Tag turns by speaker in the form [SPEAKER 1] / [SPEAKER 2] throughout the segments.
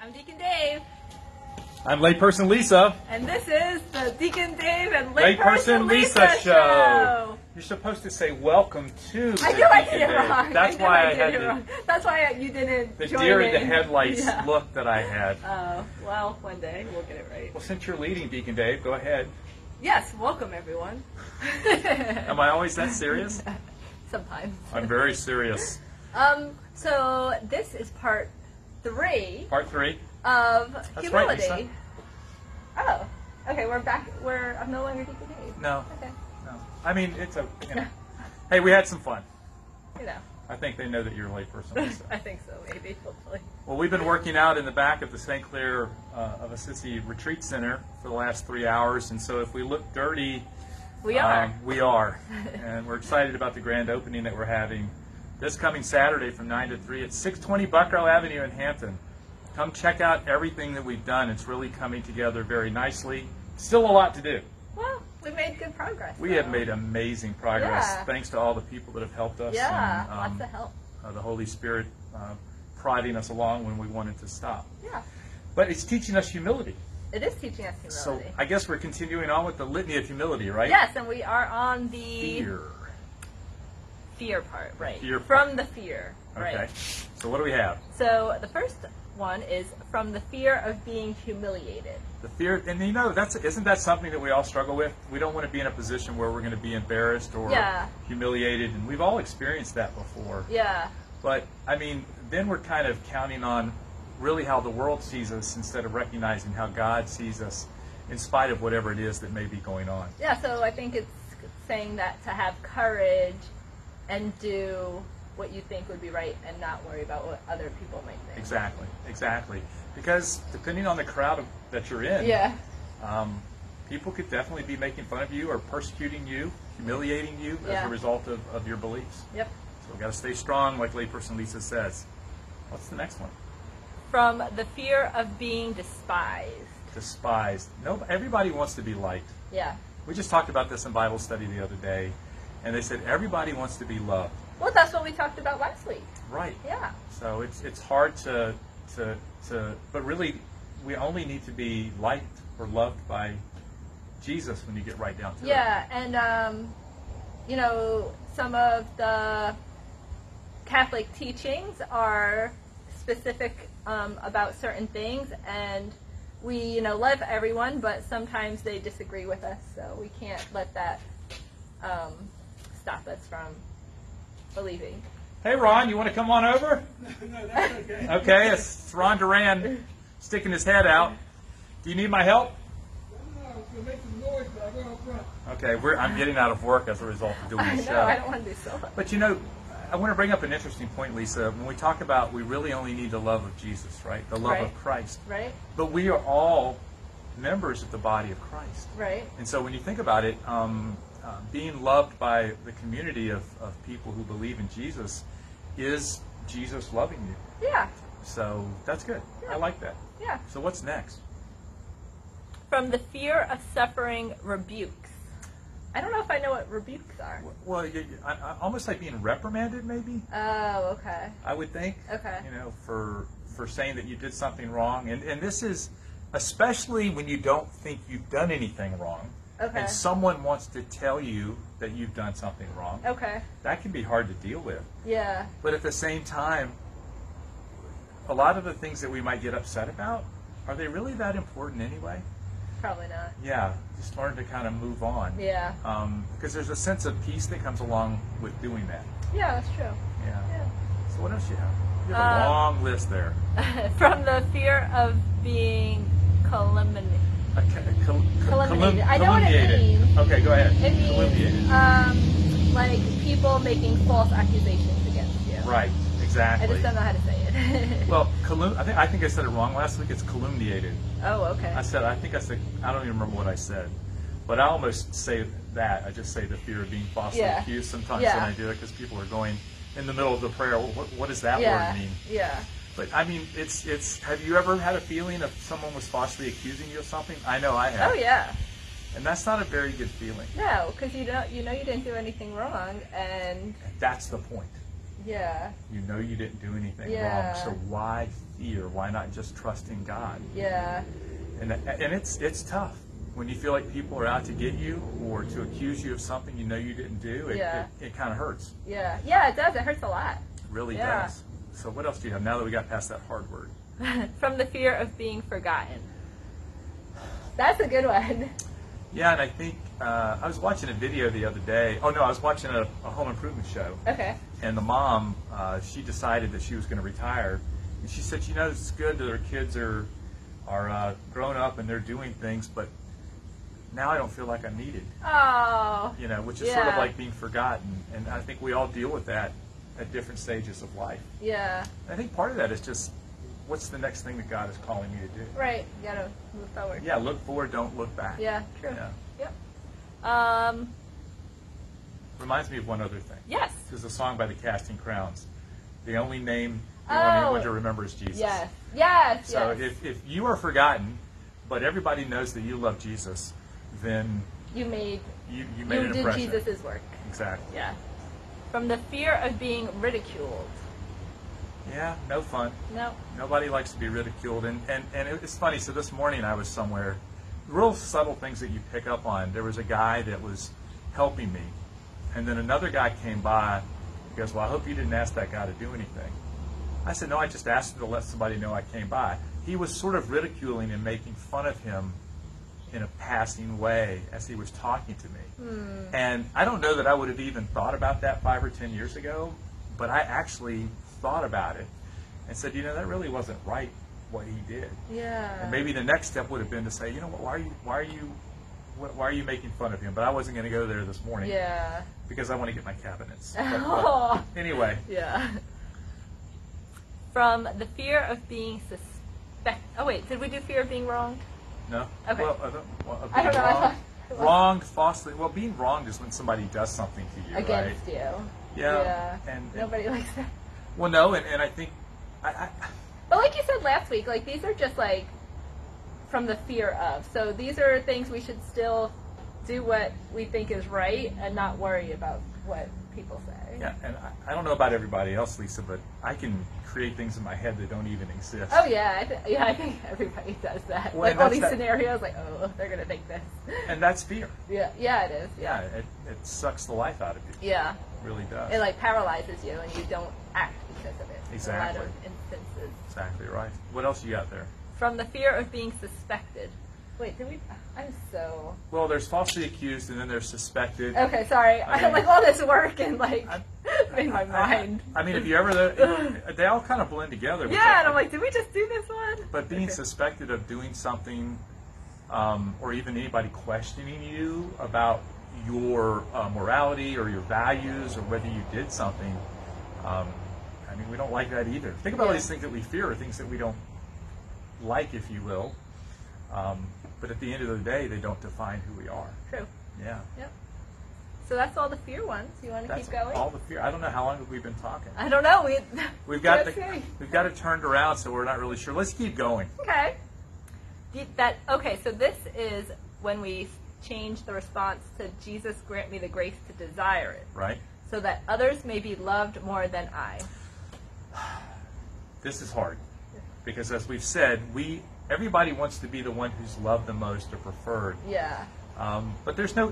[SPEAKER 1] I'm Deacon Dave,
[SPEAKER 2] I'm layperson Lisa.
[SPEAKER 1] and this is the Deacon Dave and
[SPEAKER 2] Layperson
[SPEAKER 1] Layperson
[SPEAKER 2] Lisa
[SPEAKER 1] Lisa,
[SPEAKER 2] Show.
[SPEAKER 1] show.
[SPEAKER 2] You're supposed to say welcome to.
[SPEAKER 1] I
[SPEAKER 2] the
[SPEAKER 1] knew I
[SPEAKER 2] Deacon
[SPEAKER 1] did it
[SPEAKER 2] Dave.
[SPEAKER 1] wrong.
[SPEAKER 2] That's
[SPEAKER 1] I knew
[SPEAKER 2] why
[SPEAKER 1] I
[SPEAKER 2] I,
[SPEAKER 1] did
[SPEAKER 2] had
[SPEAKER 1] it wrong. That's why I, you didn't
[SPEAKER 2] the, the
[SPEAKER 1] join
[SPEAKER 2] deer in
[SPEAKER 1] in
[SPEAKER 2] the headlights
[SPEAKER 1] Yeah.
[SPEAKER 2] look that I had.
[SPEAKER 1] Oh, well, one day we'll get it right.
[SPEAKER 2] Well, since you're leading, Deacon Dave, go ahead.
[SPEAKER 1] Yes, welcome everyone.
[SPEAKER 2] Am I always that serious?
[SPEAKER 1] Sometimes.
[SPEAKER 2] I'm very serious.
[SPEAKER 1] Um, so this is part three
[SPEAKER 2] Part three.
[SPEAKER 1] of
[SPEAKER 2] That's right,
[SPEAKER 1] humility.
[SPEAKER 2] Lisa.
[SPEAKER 1] Oh, okay. We're back. We're I'm no longer Deacon Dave.
[SPEAKER 2] No,
[SPEAKER 1] Okay,
[SPEAKER 2] no. I mean, it's a. You know. hey, we had some fun.
[SPEAKER 1] you know.
[SPEAKER 2] I think they know that you're a layperson Lisa.
[SPEAKER 1] I think so. Maybe. Hopefully.
[SPEAKER 2] Well, we've been working out in the back of the St. Clair uh, of Assisi Retreat Center for the last three hours, and so if we look dirty,
[SPEAKER 1] We are.
[SPEAKER 2] Um, we are. and we're excited about the grand opening that we're having this coming Saturday from 9 to 3 at 620 Buckrow Avenue in Hampton. Come check out everything that we've done. It's really coming together very nicely. Still a lot to do.
[SPEAKER 1] Well, we made good progress.
[SPEAKER 2] We have
[SPEAKER 1] though.
[SPEAKER 2] made amazing progress
[SPEAKER 1] Yeah.
[SPEAKER 2] thanks to all the people that have helped us.
[SPEAKER 1] Yeah,
[SPEAKER 2] and, um,
[SPEAKER 1] lots of help.
[SPEAKER 2] uh, the Holy Spirit uh, prodding us along when we wanted to stop.
[SPEAKER 1] Yeah,
[SPEAKER 2] But it's teaching us humility.
[SPEAKER 1] it is teaching us
[SPEAKER 2] So
[SPEAKER 1] humility.
[SPEAKER 2] I guess we're continuing on with the litany of humility, right?
[SPEAKER 1] yes, and we are on the fear,
[SPEAKER 2] Fear.
[SPEAKER 1] part, right?
[SPEAKER 2] fear
[SPEAKER 1] from the fear, right?
[SPEAKER 2] Okay. So what do we have?
[SPEAKER 1] So the first one is from the fear of being humiliated.
[SPEAKER 2] The fear, and you know, that's isn't that something that we all struggle with? We don't want to be in a position where we're going to be embarrassed or
[SPEAKER 1] Yeah.
[SPEAKER 2] humiliated, and we've all experienced that before.
[SPEAKER 1] Yeah,
[SPEAKER 2] But I mean, then we're kind of counting on really how the world sees us instead of recognizing how God sees us, in spite of whatever it is that may be going on.
[SPEAKER 1] yeah. So I think it's saying that to have courage and do what you think would be right and not worry about what other people might think.
[SPEAKER 2] Exactly, exactly. Because depending on the crowd of, that you're in,
[SPEAKER 1] Yeah.
[SPEAKER 2] um, people could definitely be making fun of you or persecuting you, humiliating you as
[SPEAKER 1] Yeah.
[SPEAKER 2] a result of, of your beliefs.
[SPEAKER 1] Yep.
[SPEAKER 2] So we got to stay strong, like layperson Lisa says. What's the next one?
[SPEAKER 1] From the fear of being despised.
[SPEAKER 2] Despised. No, everybody wants to be liked.
[SPEAKER 1] Yeah.
[SPEAKER 2] We just talked about this in Bible study the other day, and they said everybody wants to be loved.
[SPEAKER 1] Well, that's what we talked about last week.
[SPEAKER 2] Right.
[SPEAKER 1] Yeah.
[SPEAKER 2] So it's it's hard to to to, but really, we only need to be liked or loved by Jesus when you get right down to it.
[SPEAKER 1] Yeah, and um, you know, some of the Catholic teachings are specific um, about certain things, and we, you know, love everyone, but sometimes they disagree with us, so we can't let that um, stop us from believing.
[SPEAKER 2] Hey, Ron, you want to come on over?
[SPEAKER 3] No, that's okay.
[SPEAKER 2] Okay, it's it's Ron Duran sticking his head out. Do you need my help?
[SPEAKER 3] I'm gonna make some noise, but I went up front.
[SPEAKER 2] Okay, we're, I'm getting out of work as a result of doing
[SPEAKER 1] I
[SPEAKER 2] this
[SPEAKER 1] know I
[SPEAKER 2] show.
[SPEAKER 1] don't want to do so.
[SPEAKER 2] But you know, I want to bring up an interesting point, Lisa. When we talk about we really only need the love of Jesus, right? The love of
[SPEAKER 1] Right.
[SPEAKER 2] Christ.
[SPEAKER 1] Right,
[SPEAKER 2] But we are all members of the body of Christ.
[SPEAKER 1] right,
[SPEAKER 2] And so when you think about it, um, uh, being loved by the community of, of people who believe in Jesus is Jesus loving you.
[SPEAKER 1] yeah,
[SPEAKER 2] So that's good. I
[SPEAKER 1] Yeah.
[SPEAKER 2] like that.
[SPEAKER 1] yeah.
[SPEAKER 2] So what's next?
[SPEAKER 1] From the fear of suffering rebukes. I don't know if I know what rebukes are.
[SPEAKER 2] Well, you, you- I, I, almost like being reprimanded, maybe.
[SPEAKER 1] Oh, okay.
[SPEAKER 2] I would think.
[SPEAKER 1] Okay.
[SPEAKER 2] You know, for for saying that you did something wrong, and and this is especially when you don't think you've done anything wrong,
[SPEAKER 1] Okay.
[SPEAKER 2] and someone wants to tell you that you've done something wrong.
[SPEAKER 1] Okay.
[SPEAKER 2] That can be hard to deal with.
[SPEAKER 1] Yeah.
[SPEAKER 2] But at the same time, a lot of the things that we might get upset about are they really that important anyway?
[SPEAKER 1] Probably not.
[SPEAKER 2] Yeah, just learn to kind of move on.
[SPEAKER 1] Yeah.
[SPEAKER 2] Um, because there's a sense of peace that comes along with doing that.
[SPEAKER 1] Yeah, that's true.
[SPEAKER 2] Yeah.
[SPEAKER 1] Yeah.
[SPEAKER 2] So what else you have? You have a
[SPEAKER 1] Uh,
[SPEAKER 2] long list there.
[SPEAKER 1] From the fear of being calumniated.
[SPEAKER 2] A ca- a col-
[SPEAKER 1] Calumniated. I know what it
[SPEAKER 2] calumniated.
[SPEAKER 1] means.
[SPEAKER 2] Okay, go ahead.
[SPEAKER 1] It means
[SPEAKER 2] Calumniated.
[SPEAKER 1] um, like people making false accusations against you.
[SPEAKER 2] right.
[SPEAKER 1] I
[SPEAKER 2] Exactly.
[SPEAKER 1] just don't know how to say it.
[SPEAKER 2] well, calum- I think I think I said it wrong last week. It's calumniated.
[SPEAKER 1] oh, okay.
[SPEAKER 2] I said I think I said I don't even remember what I said, but I almost say that. I just say the fear of being falsely
[SPEAKER 1] Yeah.
[SPEAKER 2] accused sometimes
[SPEAKER 1] Yeah.
[SPEAKER 2] when I do it because people are going in the middle of the prayer. What, what does that
[SPEAKER 1] yeah.
[SPEAKER 2] word mean?
[SPEAKER 1] Yeah.
[SPEAKER 2] But I mean, it's it's. Have you ever had a feeling of someone was falsely accusing you of something? I know I have.
[SPEAKER 1] Oh yeah.
[SPEAKER 2] And that's not a very good feeling.
[SPEAKER 1] No, because you don't. You know you didn't do anything wrong, and
[SPEAKER 2] That's the point.
[SPEAKER 1] Yeah.
[SPEAKER 2] You know you didn't do anything
[SPEAKER 1] Yeah.
[SPEAKER 2] wrong, so why fear? Why not just trust in God?
[SPEAKER 1] Yeah.
[SPEAKER 2] And and it's it's tough when you feel like people are out to get you or to accuse you of something you know you didn't do. It
[SPEAKER 1] Yeah.
[SPEAKER 2] it, it kind of hurts.
[SPEAKER 1] Yeah. Yeah, it does. It hurts a lot.
[SPEAKER 2] It really
[SPEAKER 1] Yeah.
[SPEAKER 2] does. So what else do you have now that we got past that hard word?
[SPEAKER 1] From the fear of being forgotten. That's a good one.
[SPEAKER 2] Yeah, and I think uh, I was watching a video the other day. Oh no, I was watching a, a home improvement show,
[SPEAKER 1] Okay.
[SPEAKER 2] and the mom uh, she decided that she was going to retire, and she said, you know, it's good that her kids are are uh, grown up and they're doing things, but now I don't feel like I'm needed.
[SPEAKER 1] Oh.
[SPEAKER 2] You know, which is sort of
[SPEAKER 1] Yeah.
[SPEAKER 2] like being forgotten, and I think we all deal with that at different stages of life.
[SPEAKER 1] Yeah.
[SPEAKER 2] I think part of that is just what's the next thing that God is calling me to do.
[SPEAKER 1] Right. You gotta move forward.
[SPEAKER 2] Yeah, look forward, don't look back.
[SPEAKER 1] Yeah. True.
[SPEAKER 2] Yeah.
[SPEAKER 1] Yep. Um.
[SPEAKER 2] Reminds me of one other thing.
[SPEAKER 1] Yes.
[SPEAKER 2] This is a song by the Casting Crowns. The only name you
[SPEAKER 1] Oh.
[SPEAKER 2] want anyone to remember is Jesus.
[SPEAKER 1] Yes. Yes.
[SPEAKER 2] So
[SPEAKER 1] yes.
[SPEAKER 2] if, if you are forgotten, but everybody knows that you love Jesus, then
[SPEAKER 1] you made
[SPEAKER 2] you, you made
[SPEAKER 1] you
[SPEAKER 2] an
[SPEAKER 1] did
[SPEAKER 2] impression.
[SPEAKER 1] Jesus' work.
[SPEAKER 2] Exactly.
[SPEAKER 1] Yeah. From the fear of being ridiculed.
[SPEAKER 2] Yeah, no fun.
[SPEAKER 1] No.
[SPEAKER 2] Nobody likes to be ridiculed. And, and, and it- it's funny, so this morning I was somewhere, real subtle things that you pick up on. There was a guy that was helping me, and then another guy came by. He goes, Well, I hope you didn't ask that guy to do anything. I said, No, I just asked him to let somebody know I came by. He was sort of ridiculing and making fun of him in a passing way as he was talking to me. And I don't know that I would have even thought about that five or ten years ago, but I actually thought about it and said, you know, that really wasn't right what he did.
[SPEAKER 1] Yeah.
[SPEAKER 2] And maybe the next step would have been to say, you know what, why are you, why are you, wh- why are you making fun of him? But I wasn't going to go there this morning
[SPEAKER 1] Yeah.
[SPEAKER 2] because I want to get my cabinets. But- but
[SPEAKER 1] Oh.
[SPEAKER 2] anyway,
[SPEAKER 1] Yeah. From the fear of being suspect. Oh wait, did we do fear of being wronged?
[SPEAKER 2] no.
[SPEAKER 1] Okay.
[SPEAKER 2] Well, I don't, well, of
[SPEAKER 1] I don't
[SPEAKER 2] being
[SPEAKER 1] know, I
[SPEAKER 2] wronged-
[SPEAKER 1] thought-
[SPEAKER 2] wronged falsely. Well, being wronged is when somebody does something to you, right?
[SPEAKER 1] Against you.
[SPEAKER 2] Yeah,
[SPEAKER 1] Yeah.
[SPEAKER 2] and-
[SPEAKER 1] Nobody likes that.
[SPEAKER 2] Well, no, and, and I think, I, I,
[SPEAKER 1] But like you said last week, like these are just like from the fear of. So these are things we should still do what we think is right and not worry about what people say.
[SPEAKER 2] Yeah, and I, I don't know about everybody else, Lisa, but I can create things in my head that don't even exist.
[SPEAKER 1] Oh yeah, I th- yeah. I think everybody does that.
[SPEAKER 2] Well,
[SPEAKER 1] like
[SPEAKER 2] and
[SPEAKER 1] all
[SPEAKER 2] that's
[SPEAKER 1] these
[SPEAKER 2] that-
[SPEAKER 1] scenarios, like oh, they're gonna think this.
[SPEAKER 2] And that's fear.
[SPEAKER 1] yeah, yeah, it is.
[SPEAKER 2] Yeah,
[SPEAKER 1] Yeah,
[SPEAKER 2] it, it sucks the life out of you.
[SPEAKER 1] yeah.
[SPEAKER 2] It really does.
[SPEAKER 1] It like paralyzes you, and you don't act because of it. In a
[SPEAKER 2] Exactly.
[SPEAKER 1] lot of instances,
[SPEAKER 2] exactly right. What else you got there?
[SPEAKER 1] from the fear of being suspected. Wait, did we? I'm so
[SPEAKER 2] Well, there's falsely accused, and then there's suspected.
[SPEAKER 1] okay. Sorry, I,
[SPEAKER 2] I
[SPEAKER 1] had
[SPEAKER 2] mean-
[SPEAKER 1] like all this work and like
[SPEAKER 2] I-
[SPEAKER 1] in my mind.
[SPEAKER 2] I, I mean, if you ever, they all kind of blend together. which
[SPEAKER 1] yeah,
[SPEAKER 2] I-
[SPEAKER 1] and I'm like, did we just do this one?
[SPEAKER 2] But being
[SPEAKER 1] Okay.
[SPEAKER 2] suspected of doing something, um, or even anybody questioning you about your uh, morality or your values or whether you did something, um, I mean, we don't like that either. Think about all
[SPEAKER 1] Yeah.
[SPEAKER 2] these things that we fear or things that we don't like, if you will. Um, but at the end of the day, they don't define who we are.
[SPEAKER 1] True.
[SPEAKER 2] Yeah.
[SPEAKER 1] Yep. So that's all the fear ones. You want to
[SPEAKER 2] That's
[SPEAKER 1] keep going?
[SPEAKER 2] all the fear. I don't know how long have we been talking.
[SPEAKER 1] I don't know. We
[SPEAKER 2] We've got
[SPEAKER 1] Let's
[SPEAKER 2] the,
[SPEAKER 1] see.
[SPEAKER 2] we've got it turned around, so we're not really sure. Let's keep going.
[SPEAKER 1] Okay. Did that okay? So this is when we change the response to Jesus grant me the grace to desire it,
[SPEAKER 2] Right.
[SPEAKER 1] so that others may be loved more than I.
[SPEAKER 2] this is hard because as we've said we everybody wants to be the one who's loved the most or preferred
[SPEAKER 1] Yeah.
[SPEAKER 2] um, but there's no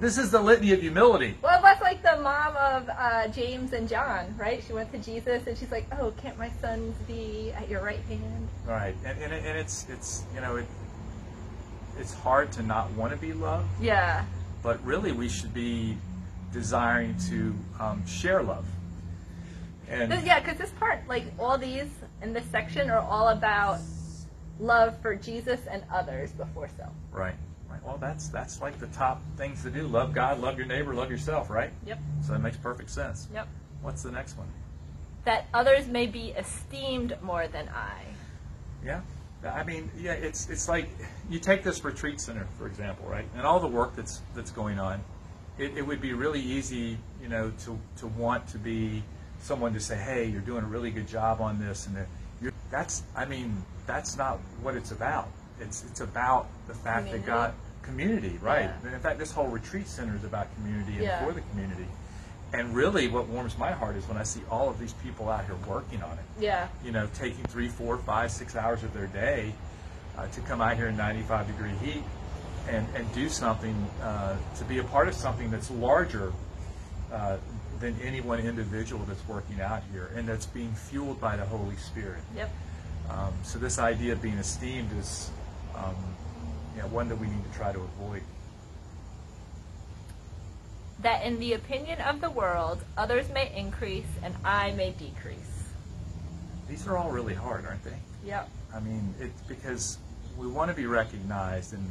[SPEAKER 2] this is the litany of humility
[SPEAKER 1] Well, that's like the mom of uh, James and John, right? She went to Jesus and she's like, "Oh, can't my sons be at your right hand?"
[SPEAKER 2] right and, and, it- and it's it's you know it, it's hard to not want to be loved
[SPEAKER 1] Yeah.
[SPEAKER 2] but really we should be desiring to um, share love and
[SPEAKER 1] Th- Yeah, because this part, like all these in this section, are all about love for Jesus and others before self.
[SPEAKER 2] right right well that's that's like the top things to do love god love your neighbor love yourself right
[SPEAKER 1] Yep.
[SPEAKER 2] so that makes perfect sense
[SPEAKER 1] Yep.
[SPEAKER 2] what's the next one
[SPEAKER 1] That others may be esteemed more than I.
[SPEAKER 2] Yeah. I mean, yeah, it's it's like you take this retreat center, for example, right? And all the work that's that's going on. It, it would be really easy, you know, to, to want to be someone to say, Hey, you're doing a really good job on this and that you're, that's I mean, that's not what it's about. It's it's about the fact
[SPEAKER 1] Community.
[SPEAKER 2] that God community, right?
[SPEAKER 1] Yeah.
[SPEAKER 2] And in fact this whole retreat center is about community and
[SPEAKER 1] Yeah.
[SPEAKER 2] for the community. And really, what warms my heart is when I see all of these people out here working on it
[SPEAKER 1] Yeah.
[SPEAKER 2] you know, taking three, four, five, six hours of their day uh, to come out here in 95 degree heat and, and do something, uh, to be a part of something that's larger uh, than any one individual that's working out here and that's being fueled by the Holy Spirit.
[SPEAKER 1] Yep.
[SPEAKER 2] Um, so, this idea of being esteemed is um, you know, one that we need to try to avoid.
[SPEAKER 1] That in the opinion of the world, others may increase and I may decrease.
[SPEAKER 2] These are all really hard, aren't they?
[SPEAKER 1] Yep.
[SPEAKER 2] I mean, it's because we want to be recognized and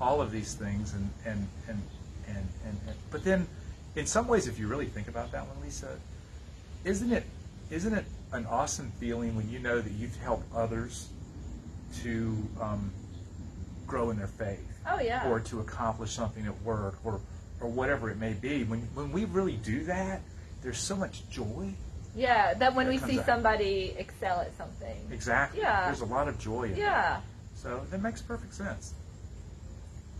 [SPEAKER 2] all of these things, and and and and and. and but then, in some ways, if you really think about that one, Lisa, isn't it isn't it an awesome feeling when you know that you've helped others to um, grow in their faith?
[SPEAKER 1] Oh, yeah.
[SPEAKER 2] or to accomplish something at work or or whatever it may be. When when we really do that, there's so much joy.
[SPEAKER 1] Yeah. That when
[SPEAKER 2] That
[SPEAKER 1] we
[SPEAKER 2] comes
[SPEAKER 1] see
[SPEAKER 2] out.
[SPEAKER 1] somebody excel at something.
[SPEAKER 2] Exactly.
[SPEAKER 1] Yeah.
[SPEAKER 2] There's a lot of joy. In that.
[SPEAKER 1] Yeah.
[SPEAKER 2] So that makes perfect sense.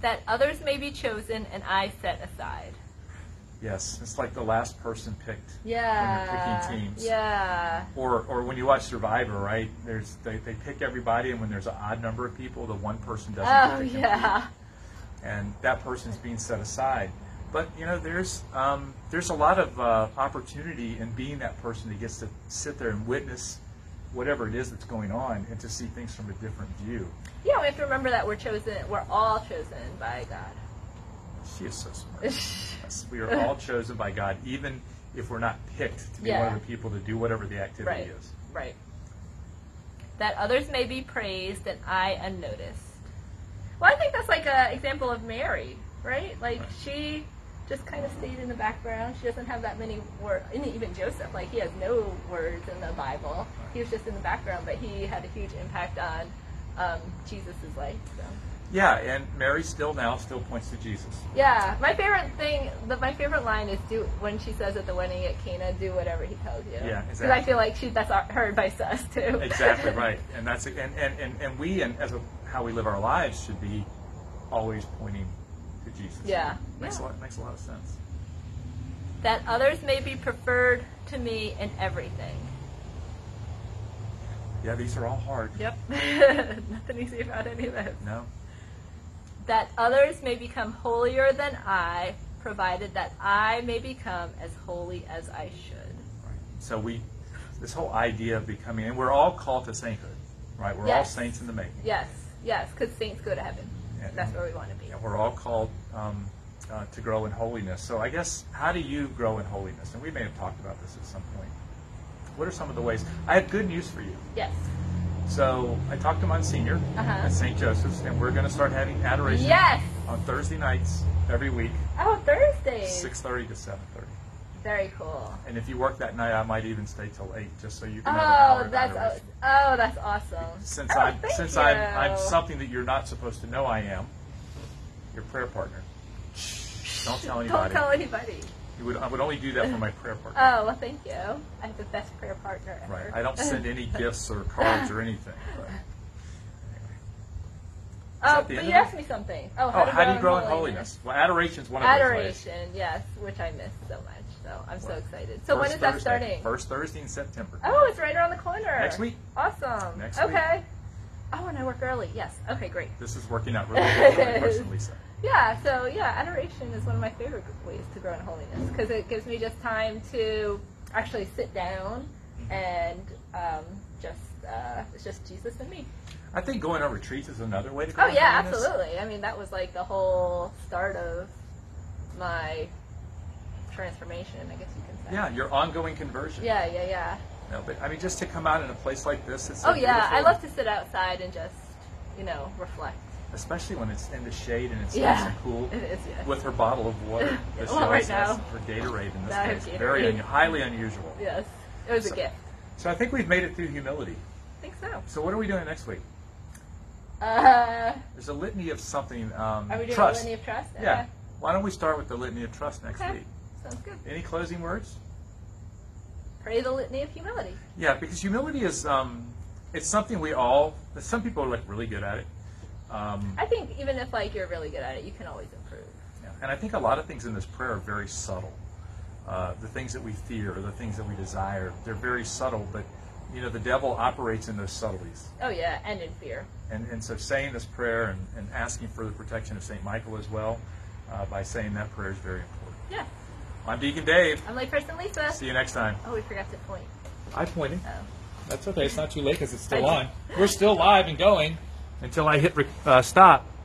[SPEAKER 1] That others may be chosen and I set aside.
[SPEAKER 2] Yes, it's like the last person picked.
[SPEAKER 1] Yeah.
[SPEAKER 2] When you're picking teams.
[SPEAKER 1] Yeah.
[SPEAKER 2] Or, or when you watch Survivor, right? There's they, they pick everybody, and when there's an odd number of people, the one person doesn't.
[SPEAKER 1] Oh,
[SPEAKER 2] get to
[SPEAKER 1] yeah.
[SPEAKER 2] compete, And that person's being set aside. But you know, there's um, there's a lot of uh, opportunity in being that person that gets to sit there and witness whatever it is that's going on, and to see things from a different view.
[SPEAKER 1] Yeah, we have to remember that we're chosen, we're all chosen by God.
[SPEAKER 2] She is so smart. yes, we are all chosen by God, even if we're not picked to be one
[SPEAKER 1] Yeah.
[SPEAKER 2] of the people to do whatever the activity
[SPEAKER 1] Right.
[SPEAKER 2] is.
[SPEAKER 1] Right. That others may be praised and I unnoticed. Well, I think that's like an example of Mary, right? Like
[SPEAKER 2] Right.
[SPEAKER 1] she just kind of stayed in the background. She doesn't have that many words. And even Joseph, like he has no words in the Bible. He was just in the background, but he had a huge impact on um, Jesus' life. So.
[SPEAKER 2] Yeah, and Mary still now still points to Jesus.
[SPEAKER 1] Yeah, my favorite thing, the, my favorite line is do when she says at the wedding at Cana, do whatever he tells you.
[SPEAKER 2] Yeah,
[SPEAKER 1] Because I
[SPEAKER 2] exactly.
[SPEAKER 1] feel like she that's our- her advice to us too.
[SPEAKER 2] Exactly right, and that's and and and, and we and as a, how we live our lives should be always pointing to Jesus.
[SPEAKER 1] Yeah.
[SPEAKER 2] makes a
[SPEAKER 1] Yeah.
[SPEAKER 2] lot makes a lot of sense.
[SPEAKER 1] that others may be preferred to me in everything.
[SPEAKER 2] Yeah, these are all hard.
[SPEAKER 1] Yep. Nothing easy about any of this.
[SPEAKER 2] No,
[SPEAKER 1] That others may become holier than I, provided that I may become as holy as I should.
[SPEAKER 2] so we this whole idea of becoming and we're all called to sainthood, right? We're all
[SPEAKER 1] Yes.
[SPEAKER 2] saints in the making.
[SPEAKER 1] Yes, yes, because saints go to heaven.
[SPEAKER 2] Yeah.
[SPEAKER 1] That's where we want to be.
[SPEAKER 2] And we're all called um, uh, to grow in holiness. So I guess how do you grow in holiness? And we may have talked about this at some point. What are some of the ways? I have good news for you.
[SPEAKER 1] Yes.
[SPEAKER 2] So I talked to Monsignor
[SPEAKER 1] Uh-huh.
[SPEAKER 2] at St. Joseph's, and we're going to start having adoration
[SPEAKER 1] Yes.
[SPEAKER 2] on Thursday nights every week,
[SPEAKER 1] Oh, Thursdays.
[SPEAKER 2] 6:30 to 7:30.
[SPEAKER 1] Very cool.
[SPEAKER 2] And if you work that night, I might even stay till eight, just so you can have an hour
[SPEAKER 1] Oh,
[SPEAKER 2] of
[SPEAKER 1] that's oh,
[SPEAKER 2] adoration.
[SPEAKER 1] oh, that's awesome.
[SPEAKER 2] Since
[SPEAKER 1] oh,
[SPEAKER 2] I'm
[SPEAKER 1] thank
[SPEAKER 2] since
[SPEAKER 1] you.
[SPEAKER 2] I'm I'm something that you're not supposed to know, I am your prayer partner. Don't tell
[SPEAKER 1] Don't
[SPEAKER 2] anybody.
[SPEAKER 1] tell anybody.
[SPEAKER 2] You would, I would only do that for my prayer partner.
[SPEAKER 1] Oh well, thank you. I have the best prayer partner ever.
[SPEAKER 2] right. I don't send any gifts or cards or anything. but-
[SPEAKER 1] Oh,
[SPEAKER 2] that the
[SPEAKER 1] but
[SPEAKER 2] end
[SPEAKER 1] you
[SPEAKER 2] of it?
[SPEAKER 1] asked me something. Oh,
[SPEAKER 2] Oh, how do you grow in holiness? Well, adoration is one of those ways.
[SPEAKER 1] Adoration, yes, which I miss so much. So I'm so
[SPEAKER 2] Well,
[SPEAKER 1] excited. So when
[SPEAKER 2] First
[SPEAKER 1] is that
[SPEAKER 2] Thursday.
[SPEAKER 1] starting?
[SPEAKER 2] First Thursday in September.
[SPEAKER 1] Oh, it's right around the corner.
[SPEAKER 2] Next week.
[SPEAKER 1] Awesome.
[SPEAKER 2] Next week.
[SPEAKER 1] okay. Oh, and I work early. Yes. Okay, great.
[SPEAKER 2] This is working out really well for my person, Lisa.
[SPEAKER 1] Yeah, so yeah, adoration is one of my favorite ways to grow in holiness because it gives me just time to actually sit down
[SPEAKER 2] Mm-hmm.
[SPEAKER 1] and um, just uh, it's just Jesus and me.
[SPEAKER 2] I think going on retreats is another way to grow
[SPEAKER 1] Oh
[SPEAKER 2] in
[SPEAKER 1] yeah,
[SPEAKER 2] holiness.
[SPEAKER 1] absolutely. I mean, that was like the whole start of my transformation, I guess you can say.
[SPEAKER 2] Yeah, your ongoing conversion.
[SPEAKER 1] Yeah, yeah, yeah.
[SPEAKER 2] No, but I mean, just to come out in a place like this, it's so
[SPEAKER 1] oh yeah,
[SPEAKER 2] beautiful,
[SPEAKER 1] I love to sit outside and just you know reflect.
[SPEAKER 2] especially when it's in the shade and it's nice
[SPEAKER 1] Yeah,
[SPEAKER 2] and cool.
[SPEAKER 1] it is. Yes.
[SPEAKER 2] With her bottle of water that she
[SPEAKER 1] Well,
[SPEAKER 2] always
[SPEAKER 1] right
[SPEAKER 2] has
[SPEAKER 1] now-
[SPEAKER 2] for Gatorade in this
[SPEAKER 1] Now I have
[SPEAKER 2] case, very
[SPEAKER 1] Gatorade.
[SPEAKER 2] un- highly unusual.
[SPEAKER 1] yes, it was
[SPEAKER 2] So-
[SPEAKER 1] a gift.
[SPEAKER 2] So I think we've made it through humility.
[SPEAKER 1] I think so.
[SPEAKER 2] So what are we doing next week?
[SPEAKER 1] Uh,
[SPEAKER 2] There's a litany of something. Um,
[SPEAKER 1] are we doing
[SPEAKER 2] trust.
[SPEAKER 1] a litany of trust?
[SPEAKER 2] Yeah. Why don't we start with the litany of trust next
[SPEAKER 1] Okay.
[SPEAKER 2] week?
[SPEAKER 1] Sounds good.
[SPEAKER 2] Any closing words?
[SPEAKER 1] Pray the litany of humility.
[SPEAKER 2] Yeah, because humility is um, it's something we all. Some people are like really good at it. Um,
[SPEAKER 1] I think even if like you're really good at it, you can always improve.
[SPEAKER 2] yeah. And I think a lot of things in this prayer are very subtle. uh, the things that we fear, the things that we desire. They're very subtle, but you know the devil operates in those subtleties.
[SPEAKER 1] Oh, yeah, and in fear.
[SPEAKER 2] And, and so saying this prayer and, and asking for the protection of St. Michael as well uh, by saying that prayer is very important.
[SPEAKER 1] Yeah.
[SPEAKER 2] I'm Deacon Dave.
[SPEAKER 1] I'm late person Lisa.
[SPEAKER 2] See you next time.
[SPEAKER 1] Oh, we forgot to point.
[SPEAKER 2] I pointed.
[SPEAKER 1] Oh.
[SPEAKER 2] That's okay. It's not too late because it's
[SPEAKER 1] I
[SPEAKER 2] still
[SPEAKER 1] did.
[SPEAKER 2] on. We're still live and going until I hit re- uh, stop.